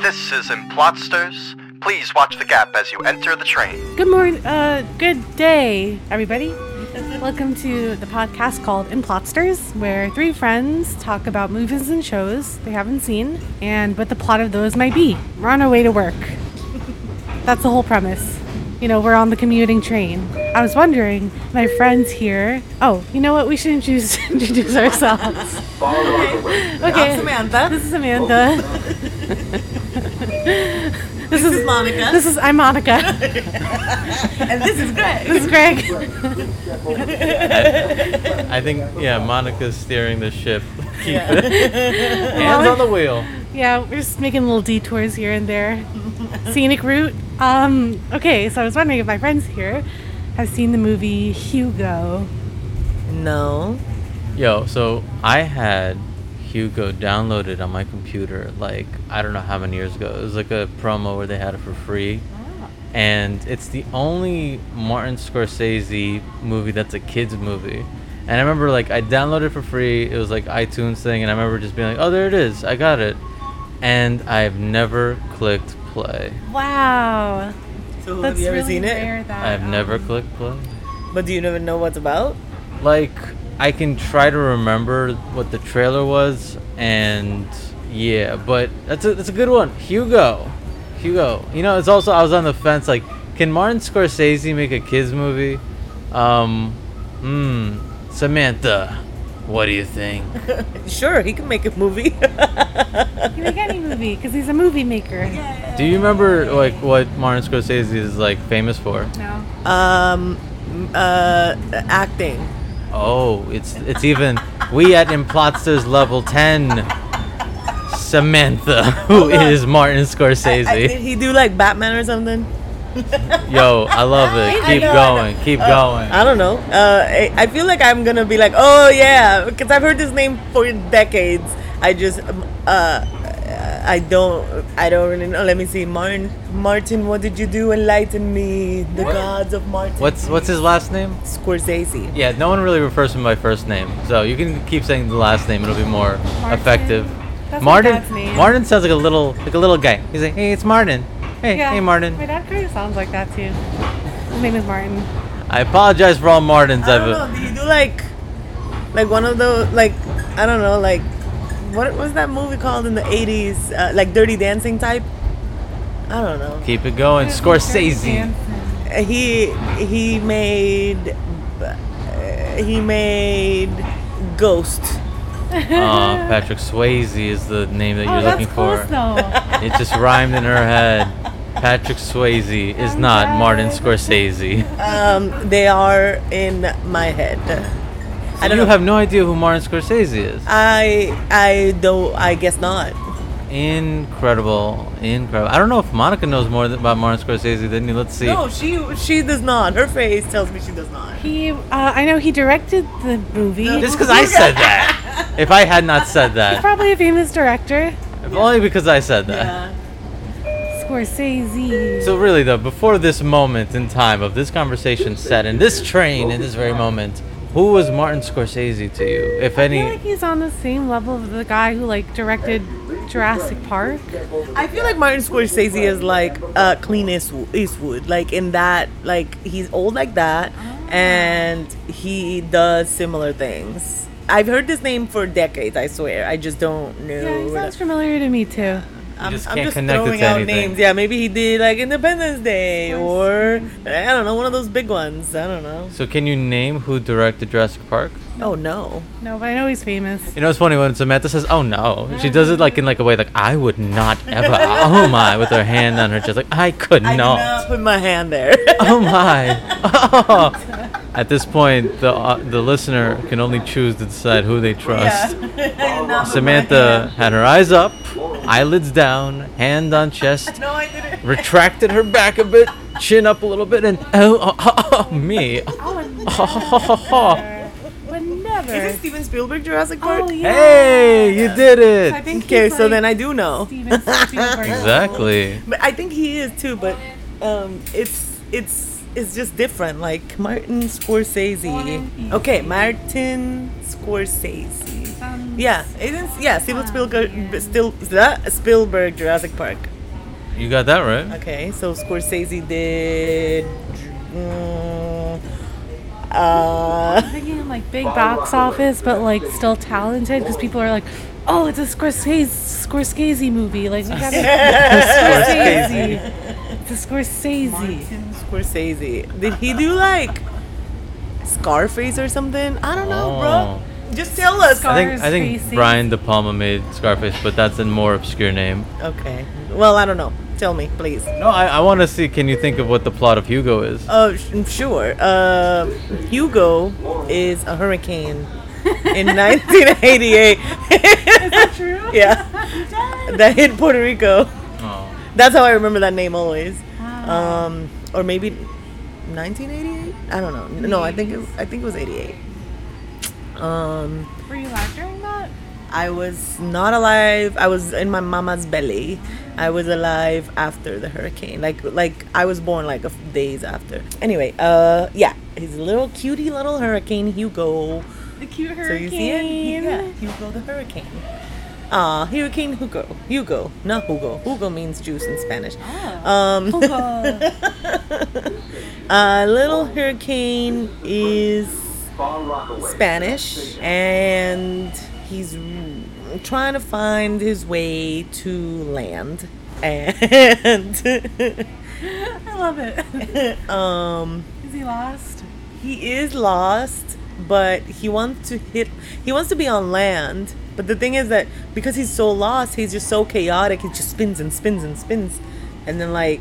This is Implotsters. Please watch the gap as you enter the train. Good morning, uh, good day, everybody. Welcome to the podcast called Implotsters, where three friends talk about movies and shows they haven't seen and what the plot of those might be. We're on our way to work. That's the whole premise. You know, we're on the commuting train. I was wondering, my friends here. Oh, you know what? We should introduce, introduce ourselves. Okay. Samantha. This is Amanda. this is Monica. This is I'm Monica. And this is Greg. This is Greg. I think yeah, Monica's steering the ship. Yeah. Hands on the wheel. Yeah, we're just making little detours here and there. Scenic route. Um, okay, so I was wondering if my friends here have seen the movie Hugo. No. Yo, so I had Hugo downloaded on my computer like I don't know how many years ago. It was like a promo where they had it for free. And it's the only Martin Scorsese movie that's a kids movie. And I remember like I downloaded it for free. It was like iTunes thing and I remember just being like, "Oh, there it is. I got it." And I've never clicked play. Wow. So That's have you ever really seen it? rare that, I've never um, clicked play. But do you even know what's about? like I can try to remember what the trailer was, and yeah, but that's a that's a good one, Hugo. Hugo. You know, it's also I was on the fence. Like, can Martin Scorsese make a kids movie? Um, hmm. Samantha, what do you think? Sure, he can make a movie. He can make any movie because he's a movie maker. Do you remember like what Martin Scorsese is like famous for? No. um, uh, acting. Oh, it's it's even we at Implotsters level ten. Samantha, who is Martin Scorsese? I- did he do like Batman or something? Yo, I love it. I Keep know, Uh, I going. Keep going. I don't know. Uh, I, I feel like I'm gonna be like, oh yeah, because I've heard this name for decades. I just, um, uh, I don't, I don't really know. Let me see, Martin. Martin, what did you do? Enlighten me, the gods of Martin. What's what's his last name? Scorsese? Yeah, no one really refers to him by first name. So you can keep saying the last name. It'll be more effective. That's my dad's name. Martin. Martin sounds like a little like a little guy. He's like, hey, it's Martin. Hey, Yeah. hey, Martin. My dad kind of sounds like that too. His name is Martin. I apologize for all Martins I I've. don't know. Did you do like, like one of those like, I don't know, like, what was that movie called in the '80s? Uh, like Dirty Dancing type. I don't know. Keep it going, Scorsese. He he made uh, he made Ghost. Uh, Patrick Swayze is the name that you're oh, looking that's close for. though. It just rhymed in her head. Patrick Swayze is I'm not dead. Martin Scorsese. Um, they are in my head. I don't you know. have no idea who Martin Scorsese is. I I don't. I guess not. Incredible, incredible. I don't know if Monica knows more th- about Martin Scorsese than you. Let's see. No, she she does not. Her face tells me she does not. he, uh, I know he directed the movie. Just because I said that. if I had not said He's that, probably a famous director. if only because I said that. Scorsese. So really, though, before this moment in time of this conversation set in this train in this very moment, who was Martin Scorsese to you, if I feel any? like he's on the same level of the guy who like directed Jurassic Park. I feel like Martin Scorsese is like uh, Clean Eastwood, Eastwood, like in that, like he's old like that, Ah. and he does similar things. I've heard this name for decades. I swear, I just don't know. Yeah, he sounds familiar to me too. I'm, just I'm can't just connect it throwing to out anything. names. Yeah, maybe he did like Independence Day or Scorsese. I don't know, one of those big ones. I don't know. So can you name who directed Jurassic Park? Oh no. No, but I know he's famous. You know, it's funny when Samantha says, "Oh no," she does it like in like a way like I would not ever. oh my, with her hand on her chest, like I could I did not. not put my hand there. Oh my! Oh. At this point, the uh, the listener can only choose to decide who they Yeah. I did trust. not put my Samantha hand. had her eyes up, eyelids down, hand on chest, No, I didn't. retracted her back a bit, chin up a little bit, and oh, oh, oh, oh me! Oh, and Oh, but Is it never. Steven Spielberg Jurassic Park? Oh yeah. hey, you did I it! think Okay, he's, so like, then I do know. Steven Spielberg. Exactly. But I think he is too. But um, it's it's it's just different. Like Martin Scorsese. Okay, Martin Um, Scorsese. Yeah, isn't yeah Steven Spielberg still Spielberg Jurassic Park. You got that right. Okay, so Scorsese did. mm, uh, Thinking like big box office, but like still talented because people are like, oh, it's a Scorsese, Scorsese movie. Like, we gotta. Scorsese. It's a Scorsese. Martin Scorsese. Did he do like Scarface or something? I don't know, bro. Just tell us. Scar- Oh. I think I think Scarface. Brian De Palma made Scarface, but that's a more obscure name. okay. Well, I don't know. Tell me, please. No, I, I want to see. Can you think of what the plot of Hugo is? Uh, sh- sure. Uh, Hugo is a hurricane in 1988. True. yeah, that hit Puerto Rico. Oh. That's how I remember that name always. Um, or maybe 1988. I don't know. No, I think it, I think it was 88. Um, Were you live during that? I was not alive. I was in my mama's belly. I was alive after the hurricane. Like like I was born like a f- days after. Anyway, uh yeah, his little cutie little hurricane Hugo. The cute So you see hurricane. it? Yeah, Hugo the hurricane. Ah, Hurricane Hugo. Hugo, not Hugo. Hugo means juice in Spanish. Um Ah, Hugo. uh, little hurricane is Spanish, and he's r- trying to find his way to land. And I love it. um, Is he lost? he is lost, but he wants to hit. He wants to be on land, but the thing is that because he's so lost, he's just so chaotic. He just spins and spins and spins, and then like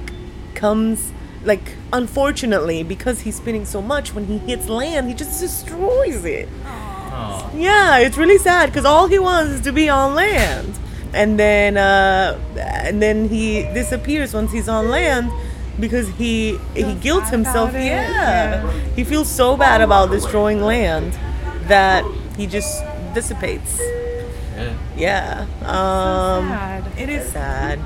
comes like unfortunately because he's spinning so much when he hits land he just destroys it Oh. Yeah, it's really sad because all he wants is to be on land, and then uh, and then he disappears once he's on land because he he Feels guilts bad himself. about it, Yeah. yeah. he feels so bad about destroying land that he just dissipates. Yeah. Yeah, um, sad. it is sad.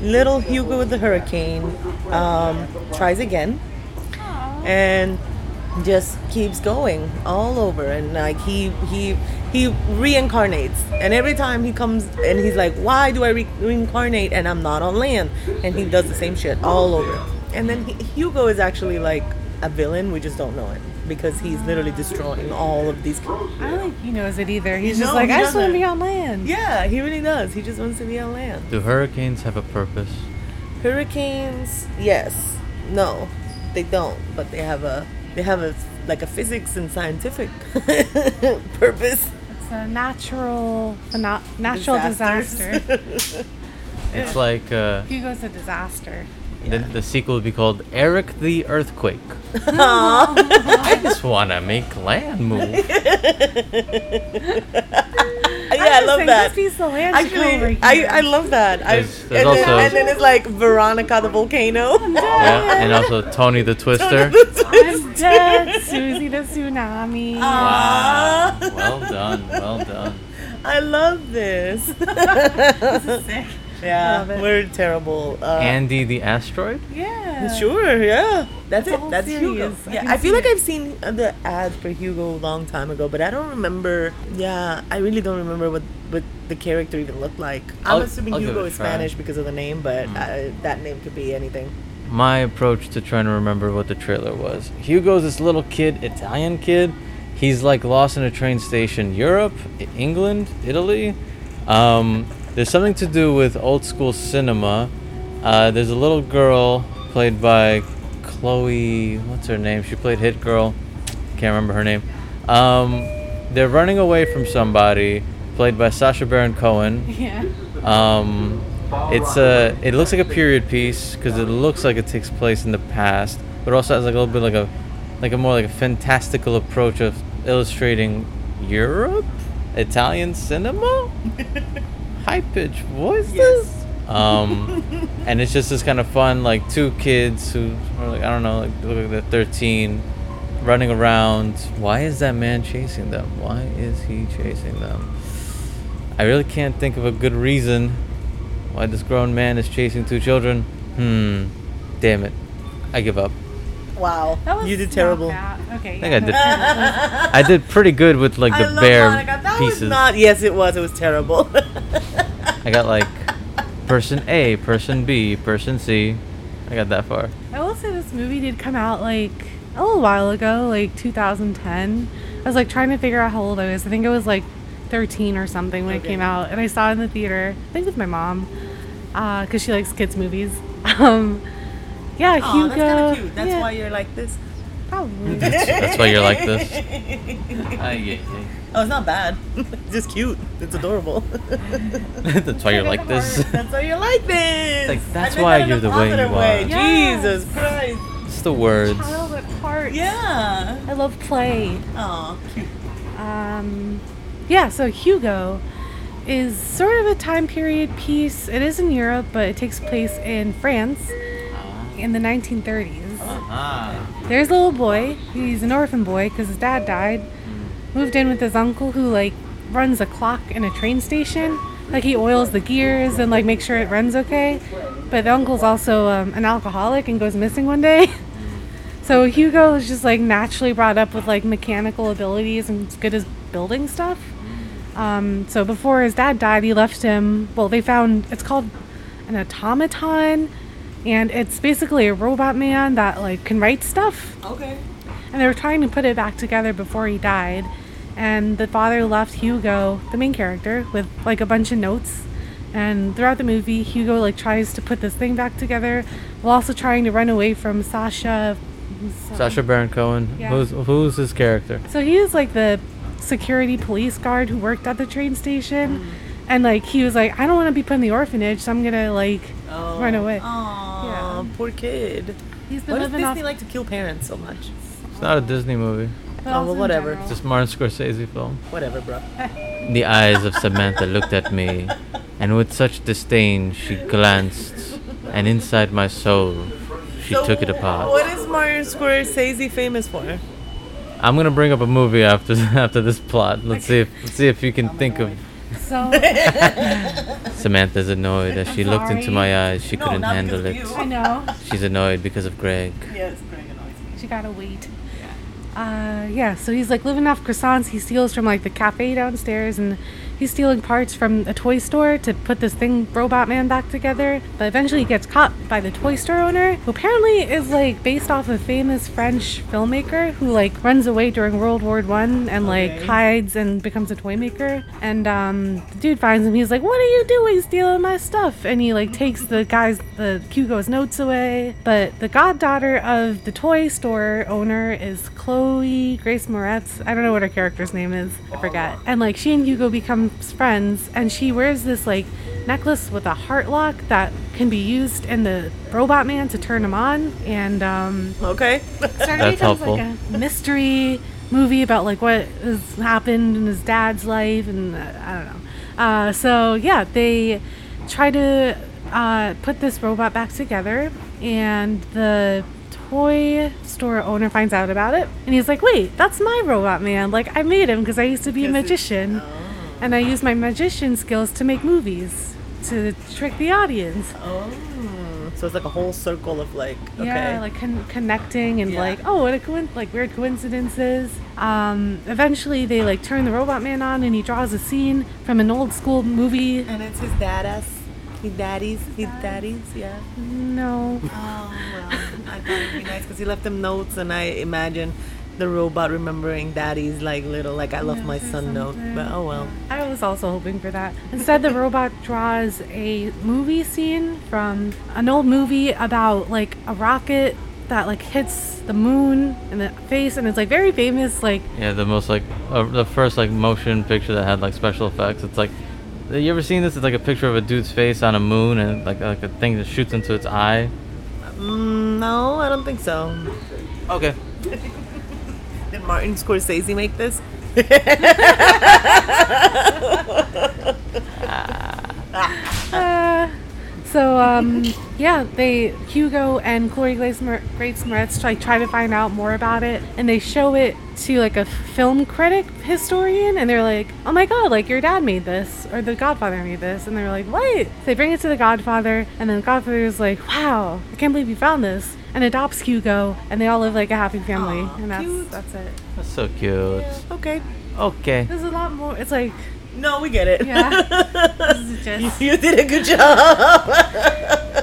Little Hugo the Hurricane um, tries again and just keeps going all over and like he he he reincarnates and every time he comes and he's like why do i re- reincarnate and i'm not on land and he does the same shit all over and then he, hugo is actually like a villain we just don't know it because he's literally destroying all of these I don't think he knows it either. He's No, just like, he I just want to doesn't. be on land. yeah he really does he just wants to be on land Do hurricanes have a purpose? Hurricanes, yes. No, they don't. But they have a they have a like a physics and scientific purpose. It's a natural, a na- natural Disasters. disaster. It's like uh, Hugo's a disaster. the, the sequel would be called Eric the Earthquake. Aw. I just want to make land move. yeah, I just love saying, that. This piece of land should go over Actually, here. I, I love that. I, There's- there's and, then, also- and then it's like Veronica the volcano. Yeah. And also Tony the Twister. am dead. Susie the tsunami. Wow. Aw. Well done. Well done. I love this. Sick. I yeah, love it. we're terrible. Uh, Andy the Asteroid. Yeah. Sure, yeah. That's It's a it. whole That's series. Hugo. I Yeah, can I feel see like it. I've seen uh, the ads for Hugo a long time ago, but I don't remember. Yeah, I really don't remember what, what the character even looked like. I'm I'll- assuming I'll give Hugo it a is try. Mm. Spanish because of the name, but uh that name could be anything. my approach to trying to remember what the trailer was. Hugo's this little kid, Italian kid. He's like lost in a train station, Europe, I- England, Italy. Um, there's something to do with old school cinema. Uh, there's a little girl played by Chloe. What's her name? She played Hit Girl. Can't remember her name. Um, they're running away from somebody, played by Sasha Baron Cohen. Yeah. Um, it's a. It looks like a period piece because it looks like it takes place in the past, but also has like a little bit like a, like a more like a fantastical approach of illustrating Europe, Italian cinema, high pitched voices. Um, and it's just this kind of fun like two kids who are like I don't know like look like they're thirteen, running around. Why is that man chasing them? Why is he chasing them? I really can't think of a good reason why this grown man is chasing two children. Hmm. Damn it. I give up. Wow, That was you did not terrible. bad. Okay. think I did- I I did pretty good with like the love bare Monica. That pieces. was not. Yes, it was. It was terrible. I got like person A, person B, person C. I got that far. I will say this movie did come out like a little while ago, like 2010. I was like trying to figure out how old I was. I think it was like 13 or something when it Okay. came out, and I saw it in the theater. I think with my mom, because she likes kids movies. Um, yeah, Oh, Hugo. that's kind of cute. That's yeah, why you're like this. probably. That's, that's why you're like this. I get Oh, it's not bad. It's just cute. It's adorable. it. that's why you're like this. that's why you're like this. Like, I that's meant why that in you're a the way positive you way. are. Yes. Jesus Christ. It's the words. Child at heart. Yeah. I love play. Oh, cute. Um, yeah, so Hugo is sort of a time period piece. It is in Europe, but it takes place in France in the 1930s. Ah. There's a little boy. He's an orphan boy because his dad died. Moved in with his uncle who like runs a clock in a train station. Like he oils the gears and like makes sure it runs okay. But the uncle's also um, an alcoholic and goes missing one day. So Hugo is just like naturally brought up with like mechanical abilities and is good as building stuff. Um, so before his dad died, he left him. Well, they found it's called an automaton, and it's basically a robot man that like can write stuff. Okay. And they were trying to put it back together before he died. And the father left Hugo, the main character, with like a bunch of notes. And throughout the movie, Hugo like tries to put this thing back together while also trying to run away from Sasha. Sasha Baron Cohen. Yeah. Who's who's his character? So he was like the security police guard who worked at the train station. Mm. And like he was like, I don't want to be put in the orphanage, so I'm gonna like Oh. run away. Aw, Yeah. poor kid. He's been Why does living Disney off. Oh, like to kill parents so much? It's not a Disney movie. but well, also in whatever. general. It's just Martin Scorsese film. Whatever, bro. The eyes of Samantha looked at me, and with such disdain she glanced, and inside my soul, she took it apart. What is Martin Scorsese famous for? I'm gonna bring up a movie after after this plot. Let's see if let's see if you can think of. So Samantha's annoyed as she looked into sorry. my eyes. She No, couldn't not handle it. because of I know She's annoyed because of Greg. Yeah, it's pretty annoying. she gotta wait. Uh, yeah, so he's like living off croissants he steals from like the cafe downstairs, and he's stealing parts from a toy store to put this thing Robot Man back together. But eventually, he gets caught by the toy store owner, who apparently is like based off a famous French filmmaker who like runs away during World War One and like Okay. hides and becomes a toy maker. And um, the dude finds him. He's like, "What are you doing, stealing my stuff?" And he like takes the guy's the Hugo's notes away. But the goddaughter of the toy store owner is Chloe Grace Moretz. I don't know what her character's name is. I forget. And like she and Hugo become friends, and she wears this like necklace with a heart lock that can be used in the robot man to turn him on. And um, Okay. started That's becomes like helpful. a mystery movie about like what has happened in his dad's life and uh, I don't know. Uh, so yeah, they try to uh, put this robot back together, and the toy store owner finds out about it, and he's like, "Wait, that's my robot man! Like I made him because I used to be a Because it- magician, and I use my magician skills to make movies." To trick the audience, Oh. So it's like a whole circle of like. Okay. yeah, like con- connecting and Yeah. like, oh, what a coin- like weird coincidences. Um, eventually, they like turn the robot man on, and he draws a scene from an old school movie. and it's his dad ass. His daddies. His daddies. Yeah. No, Oh well, I thought it'd be nice because he left them notes, and I imagine the robot remembering daddy's like little like I love my Notes or son note. But something. oh well. I was also hoping for that. Instead, the robot draws a movie scene from an old movie about like a rocket that like hits the moon in the face, and it's like very famous, like Yeah, the most like uh, the first like motion picture that had like special effects. It's like, you ever seen this? It's like a picture of a dude's face on a moon and like like a thing that shoots into its eye. Mm, no, I don't think so. Okay. Did Martin Scorsese make this? Uh, so um, yeah, they Hugo and Chloe Grace, Mer- Grace Moretz like try to find out more about it, and they show it to like a film critic historian, and they're like, "Oh my god, like your dad made this, or the Godfather made this," and they're like, "What?" So they bring it to the Godfather, and then the Godfather is like, "Wow, I can't believe you found this," and adopts Hugo, and they all live like a happy family, Aw, and that's cute. that's it. That's so cute. Okay. Okay. There's a lot more. It's like No, we get it. Yeah. This is just- you did a good job.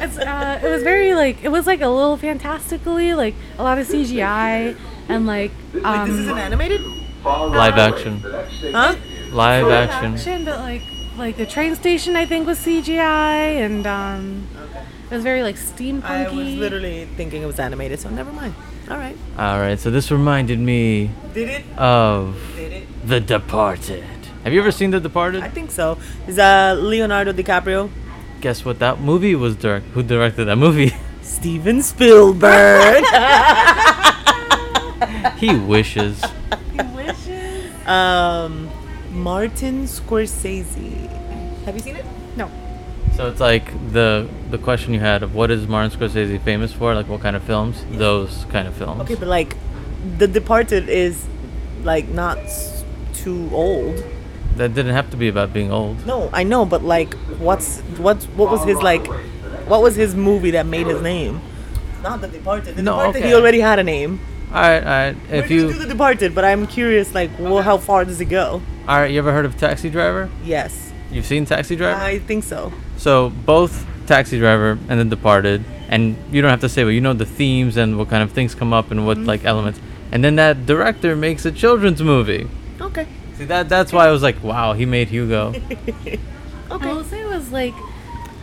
It's, uh, it was very like it was like a little fantastically like a lot of CGI and like um, this is an animated? Live action. Huh? Live action. action, but like like the train station I think was CGI and um, it was very like steampunky. I was literally thinking it was animated, so never mind. All right. All right, so this reminded me Did it? of Did it? The Departed. Have you ever seen The Departed? I think so. Is uh, Leonardo DiCaprio? Guess what? That movie was direct. Who directed that movie? Steven Spielberg. he wishes. wishes. um, Martin Scorsese. Have you seen it? No. So it's like the the question you had of what is Martin Scorsese famous for? Like what kind of films? Those kind of films. Okay, but like, The Departed is like not s- too old. that didn't have to be about being old. No, I know, but like, what's what's what was his like? What was his movie that made his name? Not The Departed. The No, Departed. okay. He already had a name. All right, all right. We're If gonna do you The Departed, but I'm curious, like, well, how far does it go? all right, you ever heard of Taxi Driver? Yes, You've seen Taxi Driver? I think so. So both Taxi Driver and The Departed, and you don't have to say, but you know the themes and what kind of things come up and what Mm-hmm. like elements. And then that director makes a children's movie. Okay. See that that's why I was like, wow, he made Hugo. I will say it was like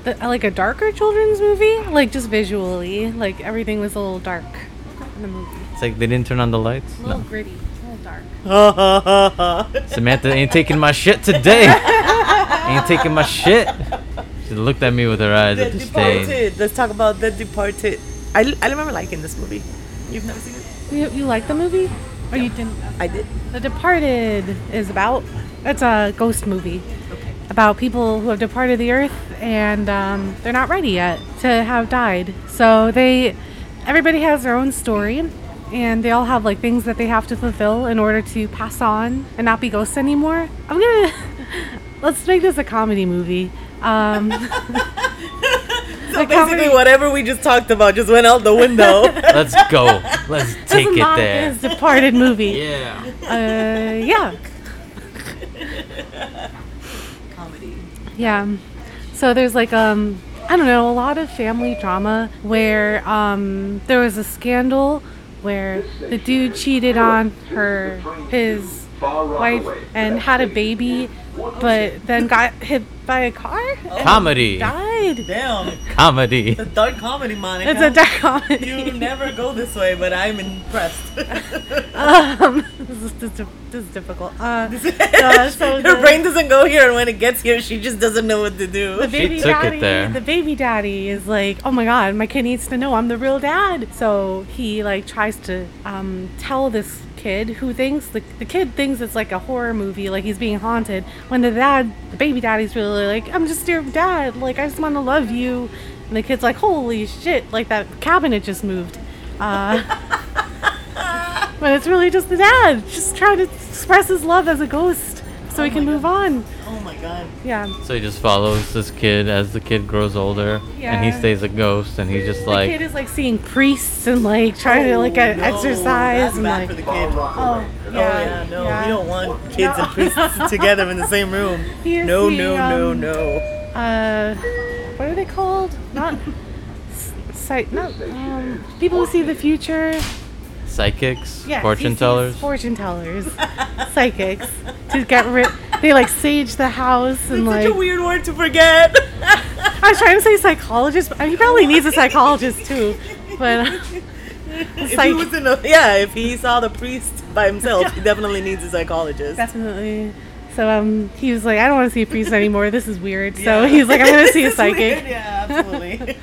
the, like a darker children's movie, like just visually, like everything was a little dark in the movie, It's like they didn't turn on the lights. a little No. gritty, a little dark. Samantha ain't taking my shit today. ain't taking my shit. She looked at me with her eyes The at the stage. Departed. Let's talk about The Departed. I, I remember liking this movie. You've never seen it? You, you like the movie, or you didn't? I did. The Departed is about. It's a ghost movie about people who have departed the earth and um, they're not ready yet to have died. So they, everybody has their own story, and they all have like things that they have to fulfill in order to pass on and not be ghosts anymore. I'm gonna let's make this a comedy movie. Um, So a basically, whatever we just talked about just went out the window. Let's go. Let's take that's it Monica's there. Departed movie. Yeah. Uh, yeah. Comedy. Yeah. So there's like um I don't know, a lot of family drama where um there was a scandal where the dude cheated on her his wife and had a baby but then got hit by a car and Comedy. died. Damn, Comedy. the dark comedy, Monica. It's a dark You comedy. never go this way, but I'm impressed. Um, this, is, this, is, this is difficult. Uh, uh, so Her the- brain doesn't go here, and when it gets here, she just doesn't know what to do. the baby took it daddy, there. the baby daddy is like, oh my god, my kid needs to know I'm the real dad. So he like tries to um, tell this kid who thinks the, the kid thinks it's like a horror movie, like he's being haunted. When the dad, the baby daddy's really like, I'm just your dad, like I just want to love you. And the kid's like, holy shit, like that cabinet just moved. Uh, but it's really just the dad just trying to express his love as a ghost so he can move on. Oh my god. Yeah. So he just follows this kid as the kid grows older, and he Yeah. stays a ghost, and he's just the kid like, is like seeing priests and like trying to like get Oh, No, exercise That's and bad like for the kid. oh yeah, Oh yeah, no, we don't want kids and priests together in the same room. Here's No, the, no, no, um, no. Uh, what are they called? Not s- sight. Not um, people who see the future. psychics, Yeah, fortune PCs, tellers. Fortune tellers, psychics to get rid. They like sage the house and Such like a weird word to forget. I was trying to say psychologist. But he probably needs a psychologist too, but uh, if he Psych- was in a, yeah, if he saw the priest by himself, he definitely needs a psychologist. definitely. So um, he was like, I don't want to see a priest anymore. This is weird. So Yeah. he's like, I'm gonna see a This is weird, psychic. Yeah, absolutely.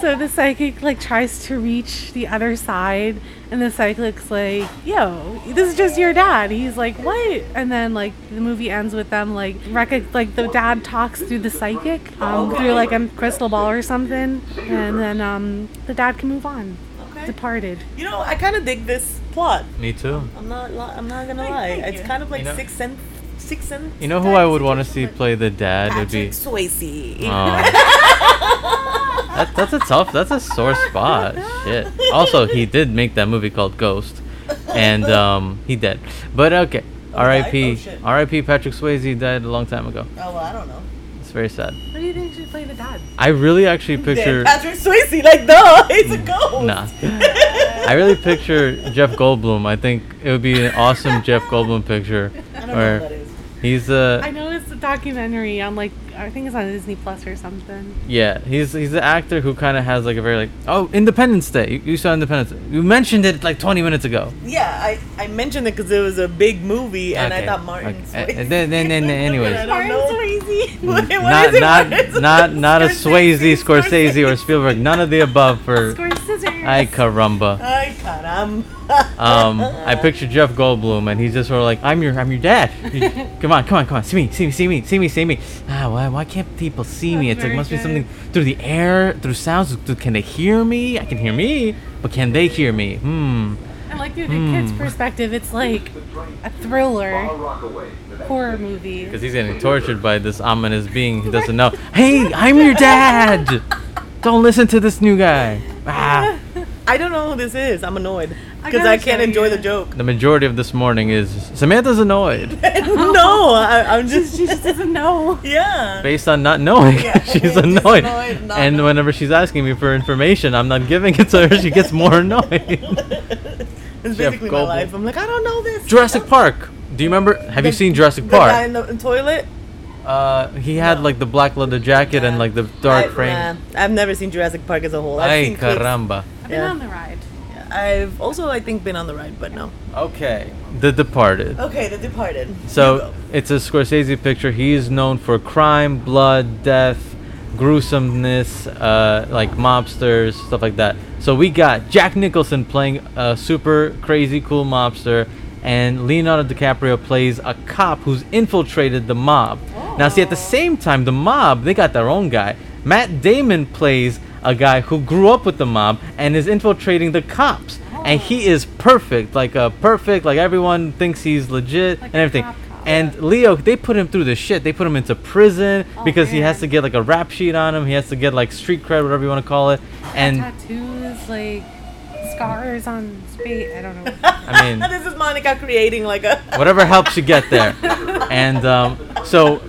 So the psychic like tries to reach the other side, and the psychic's like, "Yo, this is just your dad." He's like, "What?" And then like the movie ends with them like rec- like the dad talks through the psychic um, through like a crystal ball or something, and then um, the dad can move on. okay. Departed. You know, I kind of dig this plot. Me too. I'm not. Li- I'm not gonna lie. It's kind of like You know- six cent. Six cent. You know who I would want to see play the dad? It'd be. Patrick Swayze. Oh. that, that's a tough. That's a sore spot. Shit. Also, he did make that movie called Ghost, and um, he did. But okay. R.I.P. died? Oh, shit. R.I.P. Patrick Swayze died a long time ago. Oh, well, I don't know. It's very sad. What do you think she played the dad? I really actually picture. Mm, Dead Patrick Swayze, like, duh, he's a ghost. Nah. I really picture Jeff Goldblum. I think it would be an awesome Jeff Goldblum picture. I don't know where who that is. He's uh, a I know it's a documentary on like I think it's on Disney Plus or something. yeah. He's he's an actor who kind of has like a very like oh Independence Day. You, you saw Independence. Day. You mentioned it like 20 minutes ago. Yeah, I, I mentioned it because it was a big movie, and I Okay, thought Martin okay. Swayze. Uh, then- then- then- then anyways. I don't know. Mm. What- what not is it? not What is it? not not a Swayze, Scorsese, or Spielberg. None of the above for Scorsese. I caramba. Ay, caramba. Um, I picture Jeff Goldblum, and he's just sort of like, "I'm your, I'm your dad. You- come on, come on, come on. See me, see me, see me, see me, see me. Ah, why, why can't people see me? That's It's like very must be good. something through the air, through sounds. Th- Can they hear me? I can hear me, but can they hear me? Hmm. I like the kid's Hmm. perspective. It's like a thriller, horror movie. Because he's getting tortured by this ominous being who doesn't know. Hey, I'm your dad. Don't listen to this new guy. Ah. I don't know who this is. I'm annoyed I because gotta I, can't show enjoy you. the joke. The majority of this morning is Samantha's annoyed no, I, I'm just She just doesn't know. yeah. based on not knowing. Yeah, she's just annoyed. annoyed, not and knowing. whenever she's asking me for information, I'm not giving it to her. She gets more annoyed. It's Jeff basically my Goldblum. life. I'm like, I don't know this. Jurassic Park. Do you remember? Have you The- seen Jurassic The guy Park? in the toilet. Uh, he had like the black leather jacket and like the dark I, frame. nah, I've never seen Jurassic Park as a whole. I've Ay seen clips. caramba. I've been Yeah. on the ride. I've also, I think, been on the ride, but no. Okay. The Departed. Okay, The Departed. So it's a Scorsese picture. He is known for crime, blood, death, gruesomeness, uh, like mobsters, stuff like that. So we got Jack Nicholson playing a super crazy cool mobster, and Leonardo DiCaprio plays a cop who's infiltrated the mob. Now, see, at the same time, the mob, they got their own guy. Matt Damon plays a guy who grew up with the mob and is infiltrating the cops. And he is perfect, like a perfect, like everyone thinks he's legit Like and a everything. cop cop. And Leo, they put him through the shit. They put him into prison because he has Oh, man. to get like a rap sheet on him. He has to get like street cred, whatever you want to call it. Mm. And Tattoos, like scars on his face. I don't know. I mean, this is Monica creating like a. whatever helps you get there. And um, so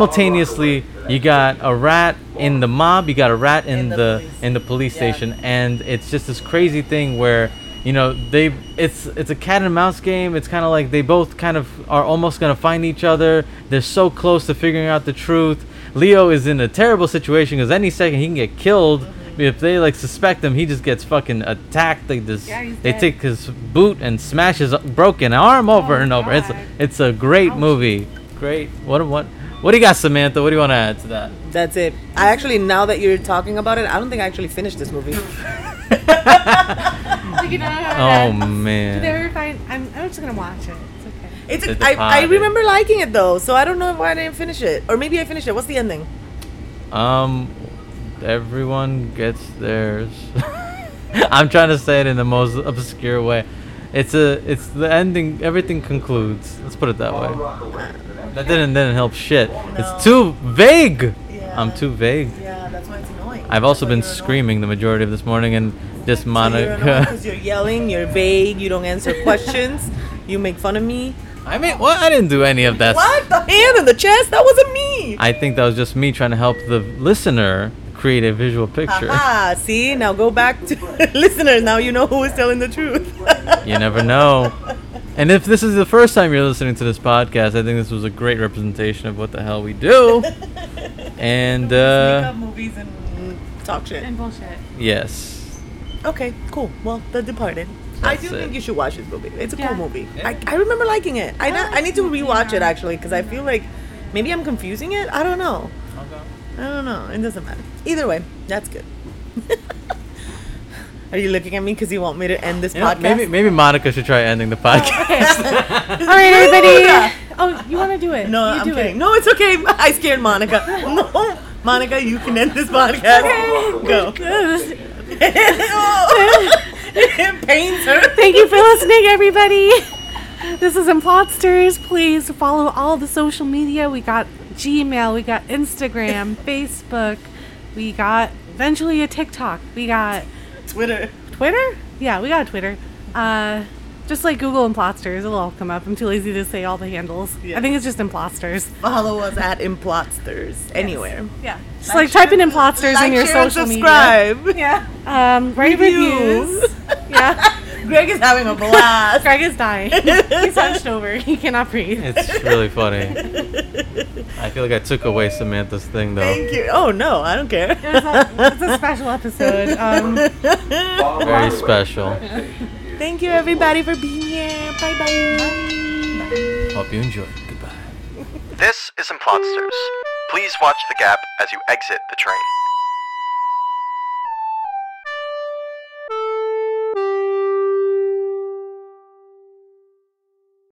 simultaneously, you got a rat in the mob, you got a rat in, In the, the police. in the police Yeah. station, and it's just this crazy thing where you know they it's it's a cat and mouse game. It's kind of like they both kind of are almost gonna find each other. They're so close to figuring out the truth. Leo is in a terrible situation because any second he can get killed. If they like suspect him, he just gets fucking attacked. They just Yeah, he's they dead. take his boot and smash his broken arm over Oh, and over. It's God. it's a great Ouch. movie. Great. What what what do you got, Samantha? What do you want to add to that? That's it. I actually, now that you're talking about it, I don't think I actually finished this movie. Like, you know how Oh that- Did they man. ever find? I'm, I'm just gonna watch it. It's okay. It's The a, I, I Departed. remember liking it though, so I don't know why I didn't finish it, or maybe I finished it. What's the ending? Um, everyone gets theirs. I'm trying to say it in the most obscure way. It's a it's the ending. Everything concludes. Let's put it that way. That didn't didn't help shit. It's too vague. I'm Yeah. too vague. Yeah, that's why it's annoying. I've also been screaming the majority of this morning and just Monica. Because you're yelling, you're vague, you don't answer questions, you make fun of me. I mean, what? I didn't do any of that. What? The hand and the chest? That wasn't me. I think that was just me trying to help the listener create a visual picture. Ah, see, now go back to listeners. Now you know who is telling the truth. you never know. And if this is the first time you're listening to this podcast, I think this was a great representation of what the hell we do. And uh, Makeup movies and talk shit. And bullshit. yes, Okay, cool. Well, The Departed. I do That's it. think you should watch this movie. It's a Yeah. cool movie. I, I remember liking it. I, not, I need to rewatch it Yeah. actually because I feel like maybe I'm confusing it. I don't know. I don't know. It doesn't matter. Either way, that's good. Are you looking at me because you want me to end this You know, podcast? maybe maybe Monica should try ending the podcast. Okay. All right, everybody. Oh, you want to do it? No, you I'm do kidding. It. No, it's okay. I scared Monica. No, Monica, you can end this podcast. Go. it pains her. Thank you for listening, everybody. This is Implotsters. Please follow all the social media. We got Gmail, we got Instagram, Facebook, we got eventually a TikTok, we got Twitter. Twitter. Yeah, we got Twitter. Uh, Just like Google Implosters, it'll all come up. I'm too lazy to say all the handles. I Yeah. think it's just Implosters. Follow us at Implotsters anywhere. Yeah. Just like, type in Implosters in your share, and social subscribe. media. Yeah. Um, write Reviews. reviews. yeah. Greg is having a blast. Greg is dying. He's hunched over. He cannot breathe. It's really funny. I feel like I took away Samantha's thing though. Thank you. Oh no, I don't care. It's a, it's a special episode. Um, Very special. Thank you everybody for being here. Bye bye. Hope you enjoy. Goodbye. This is Implotsters. Please watch the gap as you exit the train.